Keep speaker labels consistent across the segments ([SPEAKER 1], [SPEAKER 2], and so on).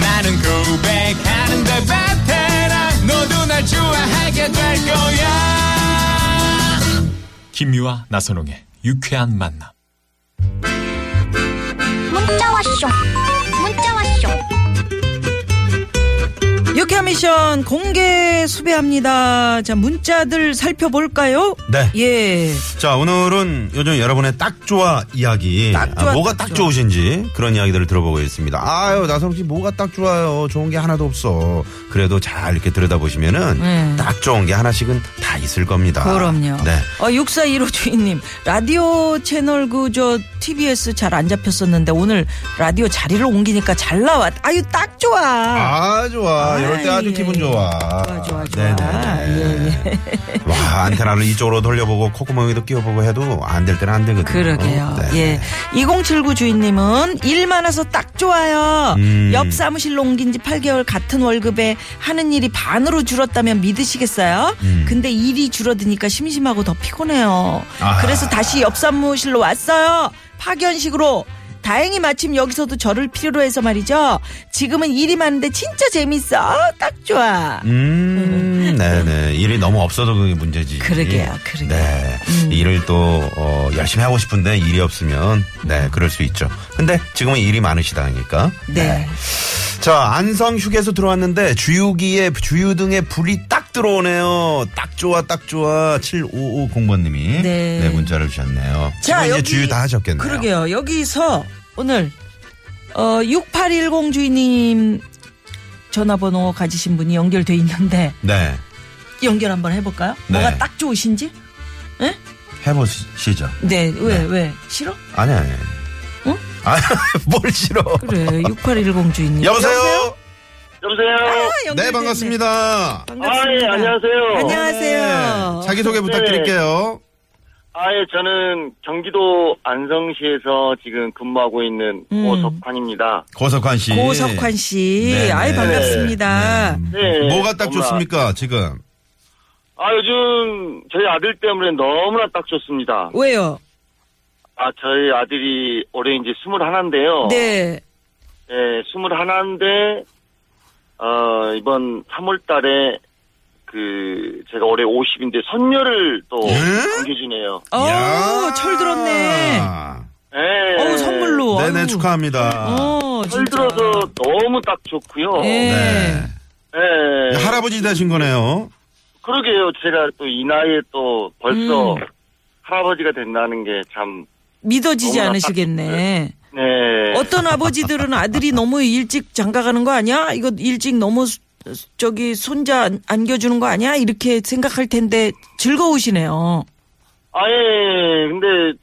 [SPEAKER 1] 나는 그 고백하는데 베테랑 너도 날 좋아하게 될 거야. 김유와 나선홍의 유쾌한 만남.
[SPEAKER 2] 문자 왔쇼 문자 왔쇼
[SPEAKER 3] 유쾌 미션 공개 수배합니다. 자, 문자들 살펴볼까요?
[SPEAKER 4] 네.
[SPEAKER 3] 예.
[SPEAKER 4] 자, 오늘은 요즘 여러분의 딱 좋아 이야기.
[SPEAKER 3] 딱 좋아,
[SPEAKER 4] 아, 뭐가
[SPEAKER 3] 딱
[SPEAKER 4] 딱
[SPEAKER 3] 좋아.
[SPEAKER 4] 좋으신지 그런 이야기들을 들어보고 있습니다. 아유, 나선홍 씨 뭐가 딱 좋아요. 좋은 게 하나도 없어. 그래도 잘 이렇게 들여다보시면은
[SPEAKER 3] 네.
[SPEAKER 4] 딱 좋은 게 하나씩은 다 있을 겁니다.
[SPEAKER 3] 그럼요.
[SPEAKER 4] 네.
[SPEAKER 3] 어, 6415 주인님, 라디오 채널 그저 TBS 잘 안 잡혔었는데 오늘 라디오 자리를 옮기니까 잘 나왔. 아유, 딱 좋아.
[SPEAKER 4] 아, 좋아. 이럴 때
[SPEAKER 3] 아,
[SPEAKER 4] 아주
[SPEAKER 3] 예.
[SPEAKER 4] 기분 좋아.
[SPEAKER 3] 좋아, 좋아, 좋아. 예,
[SPEAKER 4] 네네. 와, 안테나를 이쪽으로 돌려보고 콧구멍에도 끼워보고 해도 안 될 때는 안 되거든요.
[SPEAKER 3] 그러게요.
[SPEAKER 4] 네.
[SPEAKER 3] 예. 2079 주인님은 일 많아서 딱 좋아요.
[SPEAKER 4] 음.
[SPEAKER 3] 옆 사무실로 옮긴 지 8개월 같은 월급에 하는 일이 반으로 줄었다면 믿으시겠어요?
[SPEAKER 4] 음.
[SPEAKER 3] 근데 일이 줄어드니까 심심하고 더 피곤해요.
[SPEAKER 4] 아.
[SPEAKER 3] 그래서 다시 옆 사무실로 왔어요. 파견식으로. 다행히 마침 여기서도 저를 필요로 해서 말이죠. 지금은 일이 많은데 진짜 재밌어. 어, 딱 좋아.
[SPEAKER 4] 음, 네네. 일이 너무 없어도 그게 문제지.
[SPEAKER 3] 그러게요, 그러게요. 음.
[SPEAKER 4] 네. 일을 또, 어, 열심히 하고 싶은데 일이 없으면, 네, 그럴 수 있죠. 근데 지금은 일이 많으시다니까.
[SPEAKER 3] 음. 네.
[SPEAKER 4] 자, 안성 휴게소 들어왔는데 주유기에, 주유등에 불이 딱 들어오네요. 딱 좋아, 딱 좋아. 7550번님이.
[SPEAKER 3] 네.
[SPEAKER 4] 문자를 주셨네요.
[SPEAKER 3] 자,
[SPEAKER 4] 지금 이제
[SPEAKER 3] 여기-
[SPEAKER 4] 주유 다 하셨겠네요.
[SPEAKER 3] 그러게요. 여기서 오늘 어 6810 주인님 전화번호 가지신 분이 연결돼 있는데
[SPEAKER 4] 네.
[SPEAKER 3] 연결 한번 해볼까요?
[SPEAKER 4] 네.
[SPEAKER 3] 뭐가 딱 좋으신지?
[SPEAKER 4] 해보시죠.
[SPEAKER 3] 네, 왜,
[SPEAKER 4] 네.
[SPEAKER 3] 왜? 싫어?
[SPEAKER 4] 아니, 아니.
[SPEAKER 3] 응?
[SPEAKER 4] 아, 뭘 싫어.
[SPEAKER 3] 그래, 6810 주인님.
[SPEAKER 4] 여보세요?
[SPEAKER 3] 아,
[SPEAKER 5] 여보세요.
[SPEAKER 3] 연결됐네.
[SPEAKER 4] 네, 반갑습니다.
[SPEAKER 5] 아
[SPEAKER 3] 반갑습니다.
[SPEAKER 5] 예 안녕하세요.
[SPEAKER 3] 안녕하세요.
[SPEAKER 4] 네, 자기소개 부탁드릴게요.
[SPEAKER 5] 아 예 저는 경기도 안성시에서 지금 근무하고 있는
[SPEAKER 3] 음.
[SPEAKER 5] 오석환입니다.
[SPEAKER 4] 고석환 씨.
[SPEAKER 3] 고석환 씨.
[SPEAKER 4] 네,
[SPEAKER 3] 아이,
[SPEAKER 4] 네.
[SPEAKER 3] 반갑습니다.
[SPEAKER 5] 네.
[SPEAKER 4] 음. 뭐가 딱
[SPEAKER 5] 정말.
[SPEAKER 4] 좋습니까, 지금?
[SPEAKER 5] 아 요즘 저희 아들 때문에 너무나 딱 좋습니다.
[SPEAKER 3] 왜요?
[SPEAKER 5] 아 저희 아들이 올해 이제 스물 하나인데요.
[SPEAKER 3] 네.
[SPEAKER 5] 예 스물 하나인데 어 이번 3월달에 그 제가 올해 50인데 선녀를 또
[SPEAKER 4] 예?
[SPEAKER 5] 안겨주네요.
[SPEAKER 3] 어우,
[SPEAKER 4] 이야.
[SPEAKER 3] 철 들었네.
[SPEAKER 5] 예.
[SPEAKER 3] 어우, 선물로.
[SPEAKER 4] 네네,
[SPEAKER 3] 아유.
[SPEAKER 4] 축하합니다.
[SPEAKER 3] 어, 진짜.
[SPEAKER 5] 설 들어서 너무 딱 좋고요.
[SPEAKER 3] 예.
[SPEAKER 4] 네.
[SPEAKER 5] 예.
[SPEAKER 4] 할아버지 되신 거네요.
[SPEAKER 5] 그러게요. 제가 또 이 나이에 또 벌써
[SPEAKER 3] 음.
[SPEAKER 5] 할아버지가 된다는 게 참,
[SPEAKER 3] 믿어지지
[SPEAKER 5] 너무나
[SPEAKER 3] 않으시겠네.
[SPEAKER 5] 네.
[SPEAKER 3] 어떤 아버지들은 아들이 너무 일찍 장가 가는 거 아니야? 이거 일찍 너무 수- 저기 손자 안- 안겨주는 거 아니야? 이렇게 생각할 텐데 즐거우시네요.
[SPEAKER 5] 아, 예. 근데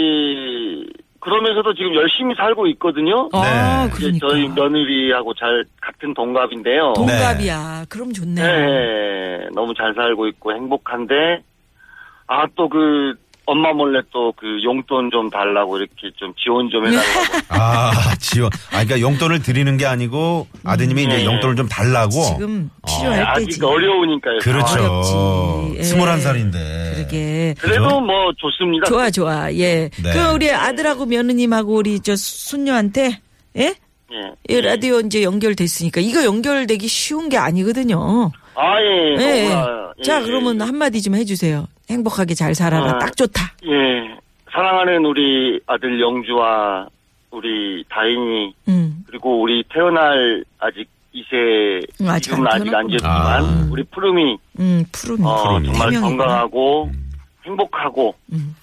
[SPEAKER 5] 저기, 그러면서도 지금 열심히 살고 있거든요.
[SPEAKER 3] 아,
[SPEAKER 5] 이제 저희
[SPEAKER 3] 그러니까.
[SPEAKER 5] 며느리하고 잘 같은 동갑인데요.
[SPEAKER 3] 동갑이야. 그럼 좋네.
[SPEAKER 5] 네. 너무 잘 살고 있고 행복한데, 아, 또 그, 엄마 몰래 또 그 용돈 좀 달라고 이렇게 좀 지원 좀
[SPEAKER 3] 네.
[SPEAKER 5] 해달라고.
[SPEAKER 4] 아, 지원. 아, 그러니까 용돈을 드리는 게 아니고 아드님이 이제
[SPEAKER 5] 네.
[SPEAKER 4] 용돈을 좀 달라고. 어,
[SPEAKER 3] 지금 필요할 때지.
[SPEAKER 5] 아직 어려우니까요.
[SPEAKER 4] 그렇죠.
[SPEAKER 3] 어렵지. 예.
[SPEAKER 4] 스물한 살인데.
[SPEAKER 3] 그러게.
[SPEAKER 5] 그래도 뭐 좋습니다.
[SPEAKER 3] 좋아, 좋아. 예.
[SPEAKER 4] 네.
[SPEAKER 3] 그럼 우리 아들하고 며느님하고 우리 저 손녀한테 예?
[SPEAKER 5] 예.
[SPEAKER 3] 이 라디오 이제 연결됐으니까 이거 연결되기 쉬운 게 아니거든요.
[SPEAKER 5] 아, 예.
[SPEAKER 3] 예.
[SPEAKER 5] 너무나, 예,
[SPEAKER 3] 자,
[SPEAKER 5] 예,
[SPEAKER 3] 그러면
[SPEAKER 5] 예.
[SPEAKER 3] 한마디 좀 해주세요. 행복하게 잘 살아라.
[SPEAKER 5] 아.
[SPEAKER 3] 딱 좋다.
[SPEAKER 5] 예, 사랑하는 우리 아들 영주와 우리 다인이
[SPEAKER 3] 음.
[SPEAKER 5] 그리고 우리 태어날 아직 이세
[SPEAKER 3] 음, 아직
[SPEAKER 5] 지금은
[SPEAKER 3] 안
[SPEAKER 5] 아직
[SPEAKER 4] 태어났구나.
[SPEAKER 5] 안 됐지만
[SPEAKER 4] 아.
[SPEAKER 5] 우리 푸름이
[SPEAKER 3] 음, 푸른.
[SPEAKER 5] 어,
[SPEAKER 4] 푸름이. 음.
[SPEAKER 5] 정말
[SPEAKER 3] 분명히
[SPEAKER 5] 건강하고 행복하고
[SPEAKER 3] 음.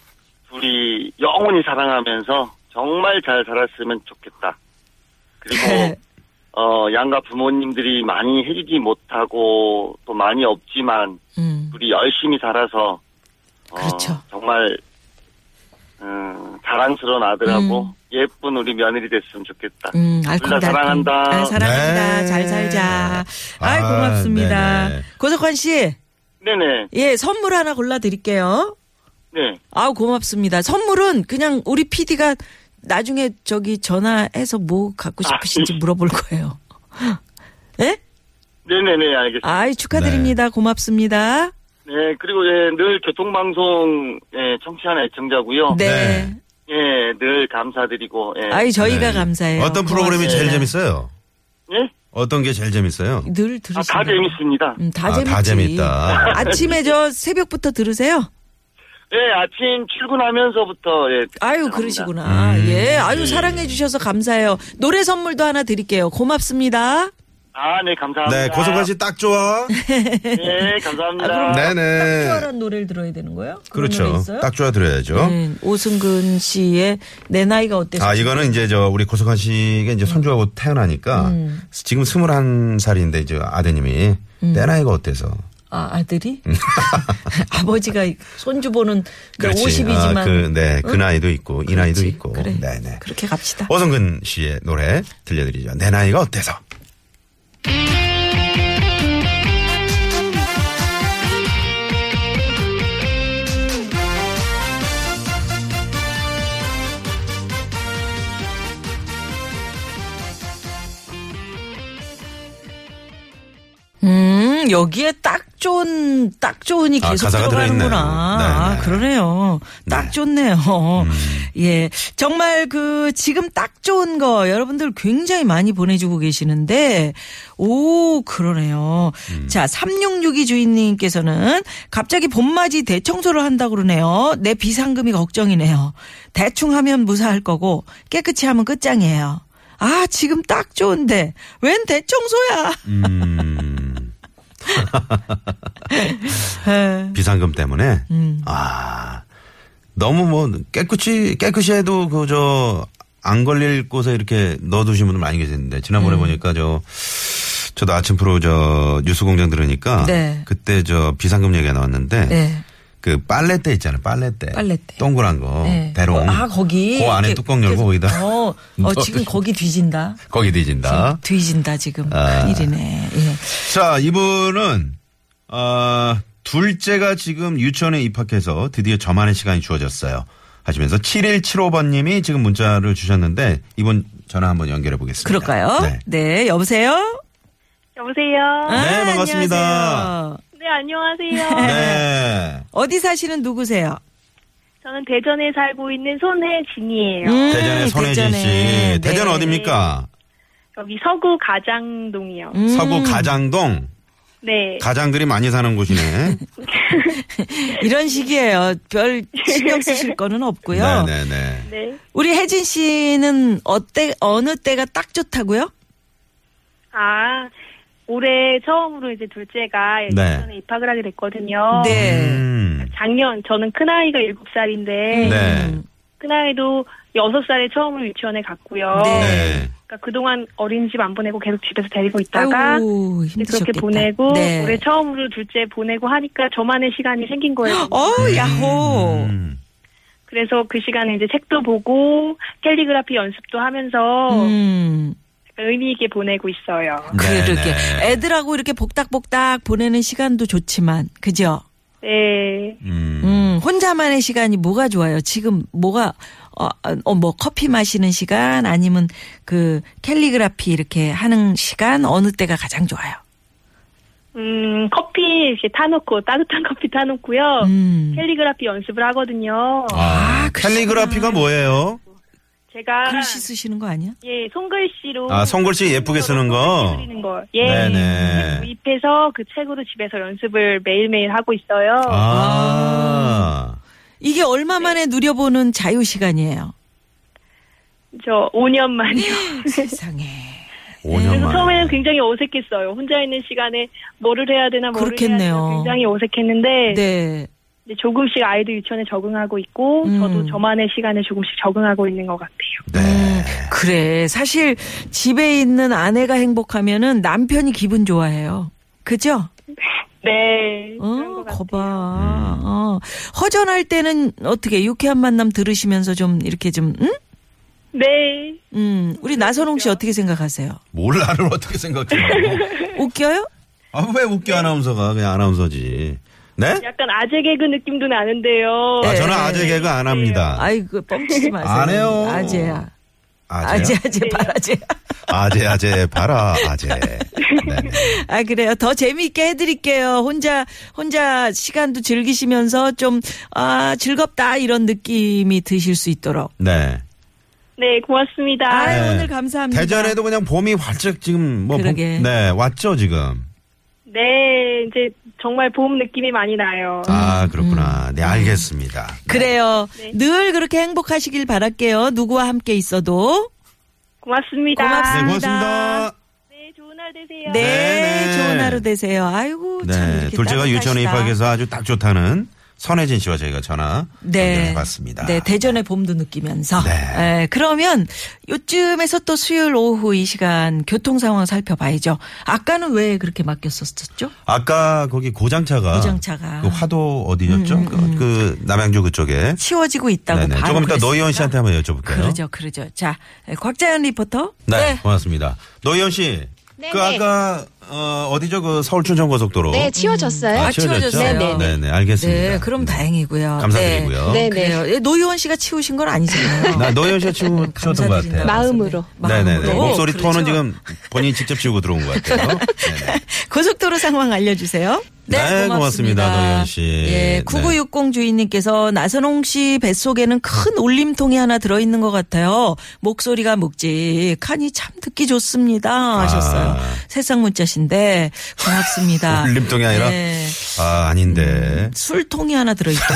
[SPEAKER 5] 둘이 영원히 사랑하면서 정말 잘 살았으면 좋겠다. 그리고 어, 양가 부모님들이 많이 해주지 못하고 또 많이 없지만
[SPEAKER 3] 음.
[SPEAKER 5] 우리 열심히 살아서 어,
[SPEAKER 3] 그렇죠.
[SPEAKER 5] 정말 음, 자랑스러운 아들하고 예쁜 우리 며느리 됐으면 좋겠다.
[SPEAKER 3] 음,
[SPEAKER 5] 둘 다
[SPEAKER 3] 알콩달콩.
[SPEAKER 5] 사랑한다.
[SPEAKER 3] 아, 사랑한다.
[SPEAKER 4] 네.
[SPEAKER 3] 잘 살자. 아이,
[SPEAKER 4] 아,
[SPEAKER 3] 고맙습니다.
[SPEAKER 4] 네네.
[SPEAKER 3] 고석환 씨,
[SPEAKER 5] 네네.
[SPEAKER 3] 예, 선물 하나 골라드릴게요.
[SPEAKER 5] 네.
[SPEAKER 3] 아우, 고맙습니다. 선물은 그냥 우리 PD가 나중에 저기 전화해서 뭐 갖고 싶으신지
[SPEAKER 5] 아.
[SPEAKER 3] 물어볼 거예요. 예?
[SPEAKER 5] 네네네. 알겠습니다.
[SPEAKER 3] 아이,
[SPEAKER 4] 네.
[SPEAKER 3] 축하드립니다. 고맙습니다.
[SPEAKER 5] 네. 그리고 예, 늘 교통방송 예, 청취하는 애청자고요.
[SPEAKER 3] 네.
[SPEAKER 4] 네.
[SPEAKER 5] 예, 늘 감사드리고. 예.
[SPEAKER 3] 아이, 저희가
[SPEAKER 4] 네.
[SPEAKER 3] 감사해요.
[SPEAKER 4] 어떤 프로그램이 제일
[SPEAKER 3] 고맙습니다.
[SPEAKER 4] 재밌어요?
[SPEAKER 5] 예?
[SPEAKER 4] 어떤 게 제일 재밌어요? 네,
[SPEAKER 3] 늘
[SPEAKER 5] 아,
[SPEAKER 3] 들으시다.
[SPEAKER 5] 다 재밌습니다.
[SPEAKER 3] 음, 다
[SPEAKER 4] 아,
[SPEAKER 3] 재밌지.
[SPEAKER 4] 다 재밌다.
[SPEAKER 3] 아침에 저 새벽부터 들으세요?
[SPEAKER 5] 예, 아침 출근하면서부터 예.
[SPEAKER 3] 아유
[SPEAKER 5] 감사합니다.
[SPEAKER 3] 그러시구나.
[SPEAKER 4] 음.
[SPEAKER 3] 예, 아유 사랑해 주셔서 감사해요. 노래 선물도 하나 드릴게요. 고맙습니다.
[SPEAKER 5] 아, 네, 감사합니다.
[SPEAKER 4] 네, 고소관 씨딱 좋아.
[SPEAKER 5] 네,
[SPEAKER 3] 아,
[SPEAKER 5] 감사합니다.
[SPEAKER 4] 네네.
[SPEAKER 3] 노래를 들어야 되는 거예요?
[SPEAKER 4] 그렇죠. 딱 좋아 드려야죠.
[SPEAKER 3] 네, 오승근 씨의 내 나이가 어때서?
[SPEAKER 4] 아, 이거는 이제 저 우리 고석환 씨가 이제 손주하고 태어나니까
[SPEAKER 3] 음.
[SPEAKER 4] 지금 스물한 살인데 이제 아드님이 내 나이가 어때서?
[SPEAKER 3] 아, 들이 아버지가 손주 보는 그
[SPEAKER 4] 음. 그렇지.
[SPEAKER 3] 50이지만 어?
[SPEAKER 4] 아, 그, 네, 그 나이도 있고 이 나이도 있고.
[SPEAKER 3] 그래.
[SPEAKER 4] 네네.
[SPEAKER 3] 그렇게 갑시다.
[SPEAKER 4] 오성근 씨의 노래 들려드리죠. 내 나이가 어때서?
[SPEAKER 3] 음, 여기에 딱 좋은, 딱 좋으니
[SPEAKER 4] 아,
[SPEAKER 3] 계속
[SPEAKER 4] 가사가
[SPEAKER 3] 들어가는구나.
[SPEAKER 4] 들어있네요. 네, 음.
[SPEAKER 3] 아,
[SPEAKER 4] 네.
[SPEAKER 3] 그러네요. 딱 좋네요. 예. 정말 그, 지금 딱 좋은 거 여러분들 굉장히 많이 보내주고 계시는데, 오, 그러네요.
[SPEAKER 4] 음.
[SPEAKER 3] 자, 3662 주인님께서는 갑자기 봄맞이 대청소를 한다고 그러네요. 내 비상금이 걱정이네요. 대충 하면 무사할 거고, 깨끗이 하면 끝장이에요. 아, 지금 딱 좋은데, 웬 대청소야!
[SPEAKER 4] 음. 비상금 때문에
[SPEAKER 3] 음.
[SPEAKER 4] 아 너무 뭐 깨끗이 깨끗이 해도 그 저 안 걸릴 곳에 이렇게 넣어두신 분들 많이 계시는데
[SPEAKER 3] 음.
[SPEAKER 4] 지난번에 보니까 저 저도 아침 프로 저 뉴스공장 들으니까
[SPEAKER 3] 네.
[SPEAKER 4] 그때 저 비상금 얘기가 나왔는데
[SPEAKER 3] 네.
[SPEAKER 4] 그 빨래대 있잖아요 빨래대
[SPEAKER 3] 빨래대.
[SPEAKER 4] 동그란 거
[SPEAKER 3] 네.
[SPEAKER 4] 대롱
[SPEAKER 3] 어, 아 거기
[SPEAKER 4] 그 안에
[SPEAKER 3] 이렇게
[SPEAKER 4] 뚜껑 열고
[SPEAKER 3] 계속-
[SPEAKER 4] 거기다
[SPEAKER 3] 어, 어 지금
[SPEAKER 4] 넣어주시면-
[SPEAKER 3] 거기 뒤진다
[SPEAKER 4] 거기 뒤진다
[SPEAKER 3] 지금 뒤진다 지금
[SPEAKER 4] 아.
[SPEAKER 3] 큰일이네 예.
[SPEAKER 4] 자, 이분은 어, 둘째가 지금 유치원에 입학해서 드디어 저만의 시간이 주어졌어요. 하시면서 7175번님이 지금 문자를 주셨는데 이분 전화 한번 연결해 보겠습니다.
[SPEAKER 3] 그럴까요 네,
[SPEAKER 4] 네.
[SPEAKER 3] 여보세요
[SPEAKER 6] 여보세요.
[SPEAKER 3] 아.
[SPEAKER 4] 네, 반갑습니다.
[SPEAKER 3] 안녕하세요.
[SPEAKER 6] 네, 안녕하세요.
[SPEAKER 4] 네.
[SPEAKER 3] 어디 사시는 누구세요
[SPEAKER 6] 저는 대전에 살고 있는 손혜진이에요.
[SPEAKER 3] 음,
[SPEAKER 4] 대전의 손혜진 씨.
[SPEAKER 3] 대전에.
[SPEAKER 4] 대전
[SPEAKER 3] 네.
[SPEAKER 4] 어딥니까?
[SPEAKER 6] 여기 서구 가장동이요.
[SPEAKER 3] 음.
[SPEAKER 4] 서구 가장동.
[SPEAKER 6] 네.
[SPEAKER 4] 가장들이 많이 사는 곳이네.
[SPEAKER 3] 이런 식이에요 별 신경 쓰실 거는 없고요
[SPEAKER 4] 네네네.
[SPEAKER 6] 네.
[SPEAKER 3] 우리 혜진 씨는 어때 어느 때가 딱 좋다고요
[SPEAKER 6] 아, 올해 처음으로 이제 둘째가
[SPEAKER 4] 네.
[SPEAKER 6] 대전에 입학을 하게 됐거든요.
[SPEAKER 3] 네
[SPEAKER 4] 음.
[SPEAKER 6] 작년, 저는 큰아이가
[SPEAKER 3] 음.
[SPEAKER 6] 7살인데,
[SPEAKER 4] 네.
[SPEAKER 6] 큰아이도 6살에 처음으로 유치원에 갔고요.
[SPEAKER 3] 네.
[SPEAKER 4] 네.
[SPEAKER 6] 그러니까 그동안 어린이집 안 보내고 계속 집에서 데리고 있다가,
[SPEAKER 3] 아이고
[SPEAKER 6] 이제
[SPEAKER 3] 힘드셨겠다
[SPEAKER 6] 그렇게 보내고,
[SPEAKER 3] 네.
[SPEAKER 6] 올해 처음으로 둘째 보내고 하니까 저만의 시간이 생긴 거예요.
[SPEAKER 3] 어 야호
[SPEAKER 4] 음.
[SPEAKER 6] 그래서 그 시간에 이제 책도 보고 캘리그라피 연습도 하면서
[SPEAKER 3] 음.
[SPEAKER 6] 의미 있게 보내고 있어요.
[SPEAKER 3] 그러게
[SPEAKER 4] 네네.
[SPEAKER 3] 애들하고 이렇게 복닥복닥 보내는 시간도 좋지만 그죠?
[SPEAKER 6] 네.
[SPEAKER 4] 음.
[SPEAKER 3] 음 혼자만의 시간이 뭐가 좋아요? 지금 뭐가 어뭐 커피 마시는 시간 아니면 그 캘리그라피 이렇게 하는 시간 어느 때가 가장 좋아요?
[SPEAKER 6] 음, 커피 이렇게 타놓고 따뜻한 커피 타놓고요.
[SPEAKER 3] 음.
[SPEAKER 6] 캘리그라피 연습을 하거든요.
[SPEAKER 4] 아, 캘리그라피가 뭐예요?
[SPEAKER 6] 제가
[SPEAKER 3] 글씨 쓰시는 거 아니야?
[SPEAKER 6] 예 손글씨로
[SPEAKER 4] 그 아, 손글씨 예쁘게 쓰는 거.
[SPEAKER 6] 그리는 거. 예.
[SPEAKER 4] 네네.
[SPEAKER 6] 구입해서 그 책으로 집에서 연습을 매일매일 하고 있어요.
[SPEAKER 3] 아.
[SPEAKER 4] 아.
[SPEAKER 3] 이게 얼마 만에 누려보는 자유 시간이에요.
[SPEAKER 6] 저 5년 만이요.
[SPEAKER 3] 세상에.
[SPEAKER 6] 그래서
[SPEAKER 4] 5년
[SPEAKER 6] 처음에는
[SPEAKER 4] 만에.
[SPEAKER 6] 굉장히 어색했어요. 혼자 있는 시간에 뭐를 해야 되나 뭐를 해야
[SPEAKER 3] 그렇겠네요.
[SPEAKER 6] 되나 굉장히 어색했는데
[SPEAKER 3] 네.
[SPEAKER 6] 이제 조금씩 아이도 유치원에 적응하고 있고
[SPEAKER 3] 음.
[SPEAKER 6] 저도 저만의 시간에 조금씩 적응하고 있는 것 같아요.
[SPEAKER 4] 네.
[SPEAKER 3] 그래. 사실 집에 있는 아내가 행복하면은 남편이 기분 좋아해요. 그죠?
[SPEAKER 6] 네. 그런
[SPEAKER 3] 어,
[SPEAKER 6] 것
[SPEAKER 3] 거봐.
[SPEAKER 6] 같아요.
[SPEAKER 4] 음.
[SPEAKER 3] 어. 허전할 때는 어떻게 유쾌한 만남 들으시면서 좀 이렇게 좀 응?
[SPEAKER 6] 네.
[SPEAKER 3] 음, 우리 나선홍 씨 어떻게 생각하세요?
[SPEAKER 4] 몰라를 어떻게 생각해요?
[SPEAKER 3] 네. 웃겨요?
[SPEAKER 4] 아, 왜 웃겨 아나운서가 그냥 아나운서지. 네?
[SPEAKER 6] 약간 아재 개그 느낌도 나는데요.
[SPEAKER 4] 아, 저는
[SPEAKER 3] 네.
[SPEAKER 4] 아재 개그 안 합니다.
[SPEAKER 3] 아이고 그 뻥치지 마세요.
[SPEAKER 4] 안 해요.
[SPEAKER 3] 아재야. 아재
[SPEAKER 4] 아재.
[SPEAKER 3] 아재 바라재.
[SPEAKER 4] 아재, 아재, 봐라, 아재. 네네.
[SPEAKER 3] 아 그래요. 더 재미있게 해드릴게요. 혼자 혼자 시간도 즐기시면서 좀 아 즐겁다 이런 느낌이 드실 수 있도록.
[SPEAKER 4] 네.
[SPEAKER 6] 네, 고맙습니다.
[SPEAKER 3] 아
[SPEAKER 4] 네.
[SPEAKER 3] 오늘 감사합니다.
[SPEAKER 4] 대전에도 그냥 봄이 활짝 지금 뭐 봄,
[SPEAKER 3] 그러게.
[SPEAKER 4] 네, 왔죠, 지금.
[SPEAKER 6] 네, 이제 정말 봄 느낌이 많이 나요.
[SPEAKER 3] 음,
[SPEAKER 4] 아, 그렇구나. 네, 알겠습니다.
[SPEAKER 3] 그래요. 늘 그렇게 행복하시길 바랄게요. 누구와 함께 있어도.
[SPEAKER 6] 고맙습니다.
[SPEAKER 4] 네,
[SPEAKER 3] 고맙습니다.
[SPEAKER 4] 고맙습니다.
[SPEAKER 6] 네, 좋은 날 되세요.
[SPEAKER 3] 네,
[SPEAKER 4] 네, 네.
[SPEAKER 3] 좋은 하루 되세요. 아이고 참
[SPEAKER 4] 네,
[SPEAKER 3] 이렇게
[SPEAKER 4] 둘째가
[SPEAKER 3] 따뜻하시다.
[SPEAKER 4] 유치원 입학해서 아주 딱 좋다는 선혜진 씨와 저희가 전화 연결해 봤습니다.
[SPEAKER 3] 네, 대전의 봄도 느끼면서.
[SPEAKER 4] 네.
[SPEAKER 3] 예, 그러면 요쯤에서 또 수요일 오후 이 시간 교통 상황 살펴봐야죠. 아까는 왜 그렇게 맡겼었죠?
[SPEAKER 4] 아까 거기 고장차가,
[SPEAKER 3] 고장차가.
[SPEAKER 4] 그 화도 어디였죠? 그, 그 남양주 그쪽에
[SPEAKER 3] 치워지고 있다고
[SPEAKER 4] 네네.
[SPEAKER 3] 바로
[SPEAKER 4] 조금 이따
[SPEAKER 3] 그랬으니까.
[SPEAKER 4] 노희원 씨한테 한번 여쭤볼까요?
[SPEAKER 3] 그러죠, 그러죠. 자, 예, 곽자연 리포터.
[SPEAKER 4] 네, 고맙습니다. 노희연 씨, 그 아까 어, 어디죠? 그 서울 춘천 고속도로.
[SPEAKER 7] 네, 치워졌어요.
[SPEAKER 4] 아,
[SPEAKER 3] 아,
[SPEAKER 4] 치워졌죠?
[SPEAKER 3] 치워졌어요.
[SPEAKER 4] 네네.
[SPEAKER 3] 네네.
[SPEAKER 4] 알겠습니다.
[SPEAKER 3] 네, 그럼 다행이고요.
[SPEAKER 4] 감사드리고요. 네,
[SPEAKER 7] 네네.
[SPEAKER 3] 네, 그래요. 예, 노희원 씨가 치우신 건 아니잖아요.
[SPEAKER 4] 나 노희연 씨가 치우- 치웠던 것 같아요.
[SPEAKER 3] 감사드린다고
[SPEAKER 7] 마음으로.
[SPEAKER 3] 마음으로.
[SPEAKER 4] 네네네. 목소리
[SPEAKER 3] 그렇죠.
[SPEAKER 4] 톤은 지금 본인이 직접 지우고 들어온 것 같아요. 네네.
[SPEAKER 3] 고속도로 상황 알려주세요.
[SPEAKER 4] 네, 고맙습니다, 노현 씨. 네.
[SPEAKER 3] 예, 9960 주인님께서 나선홍 씨 뱃속에는 큰 올림통이 하나 들어있는 것 같아요. 목소리가 묵직하니 참 듣기 좋습니다. 하셨어요. 새싹 문자신데 고맙습니다.
[SPEAKER 4] 아. 울림통이 아니라
[SPEAKER 3] 예.
[SPEAKER 4] 아 아닌데
[SPEAKER 3] 술통이 하나 들어있겠지.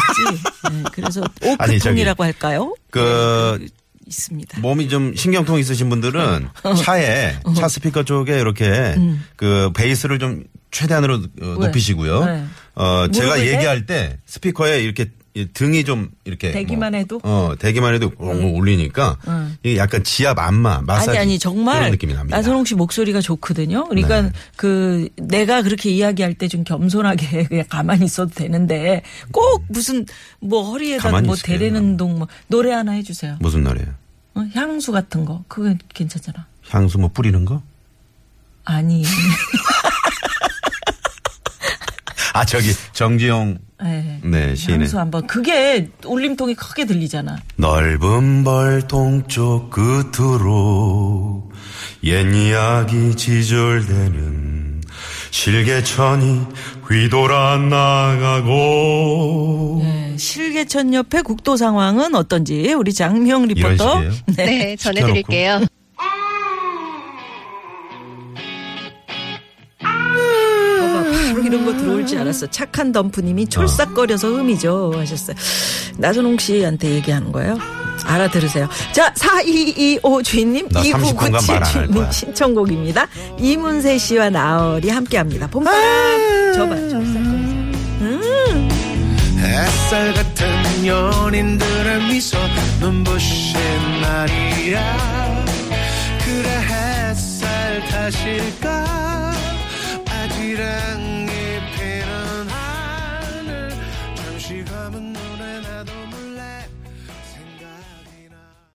[SPEAKER 3] 예, 그래서
[SPEAKER 4] 아니, 저기.
[SPEAKER 3] 오크통이라고 할까요? 네,
[SPEAKER 4] 그
[SPEAKER 3] 있습니다.
[SPEAKER 4] 몸이 좀 신경통 있으신 분들은 차에 차 스피커 쪽에 이렇게 그 베이스를 좀 최대한으로 어, 높이시고요.
[SPEAKER 3] 네.
[SPEAKER 4] 어 제가
[SPEAKER 3] 무릎을
[SPEAKER 4] 얘기할 때 스피커에 이렇게 이 등이 좀 이렇게
[SPEAKER 3] 대기만 해도? 네.
[SPEAKER 4] 어 대기만 해도 엉엉 울리니까 이게 약간 지압 안마 마사지
[SPEAKER 3] 아니 아니
[SPEAKER 4] 그런
[SPEAKER 3] 정말
[SPEAKER 4] 느낌이 납니다. 네.
[SPEAKER 3] 나선홍 씨 목소리가 좋거든요. 그러니까 그 내가 그렇게 이야기할 때 좀 겸손하게 그냥 가만히 있어도 되는데 꼭 무슨 뭐 허리에다
[SPEAKER 4] 가만히
[SPEAKER 3] 뭐
[SPEAKER 4] 있을게요,
[SPEAKER 3] 대대는
[SPEAKER 4] 그러면.
[SPEAKER 3] 동뭐 노래 하나 해주세요.
[SPEAKER 4] 무슨 노래예요?
[SPEAKER 3] 어? 향수 같은 거 그거 괜찮잖아.
[SPEAKER 4] 향수 뭐 뿌리는 거?
[SPEAKER 3] 아니
[SPEAKER 4] 아 저기 정지용
[SPEAKER 3] 네.
[SPEAKER 4] 네 시인의
[SPEAKER 3] 향수 한번 그게 울림통이 크게 들리잖아.
[SPEAKER 4] 넓은 벌통 쪽 끝으로 옛 이야기 지절되는 실개천이 휘돌아 나가고
[SPEAKER 3] 네, 실개천 옆에 국도 상황은 어떤지 우리 장명
[SPEAKER 4] 이런
[SPEAKER 3] 리포터.
[SPEAKER 4] 식이에요?
[SPEAKER 7] 네, 전해드릴게요.
[SPEAKER 3] 봐봐, 바로 이런 거 들어올 줄 알았어. 착한 덤프님이 촐싹거려서 흠이죠. 하셨어요. 나선홍 씨한테 얘기하는 거예요. 알아들으세요. 자, 4225 주인님,
[SPEAKER 4] 나 30 분간 말안
[SPEAKER 3] 2997
[SPEAKER 4] 할 거야.
[SPEAKER 3] 주인님 신청곡입니다. 이문세 씨와 나얼이 함께 합니다. 봄바람, 저봐, 촐싹거려서.
[SPEAKER 8] 햇살 같은 연인들의 미소 눈부신 날이야 그래 햇살 탓일까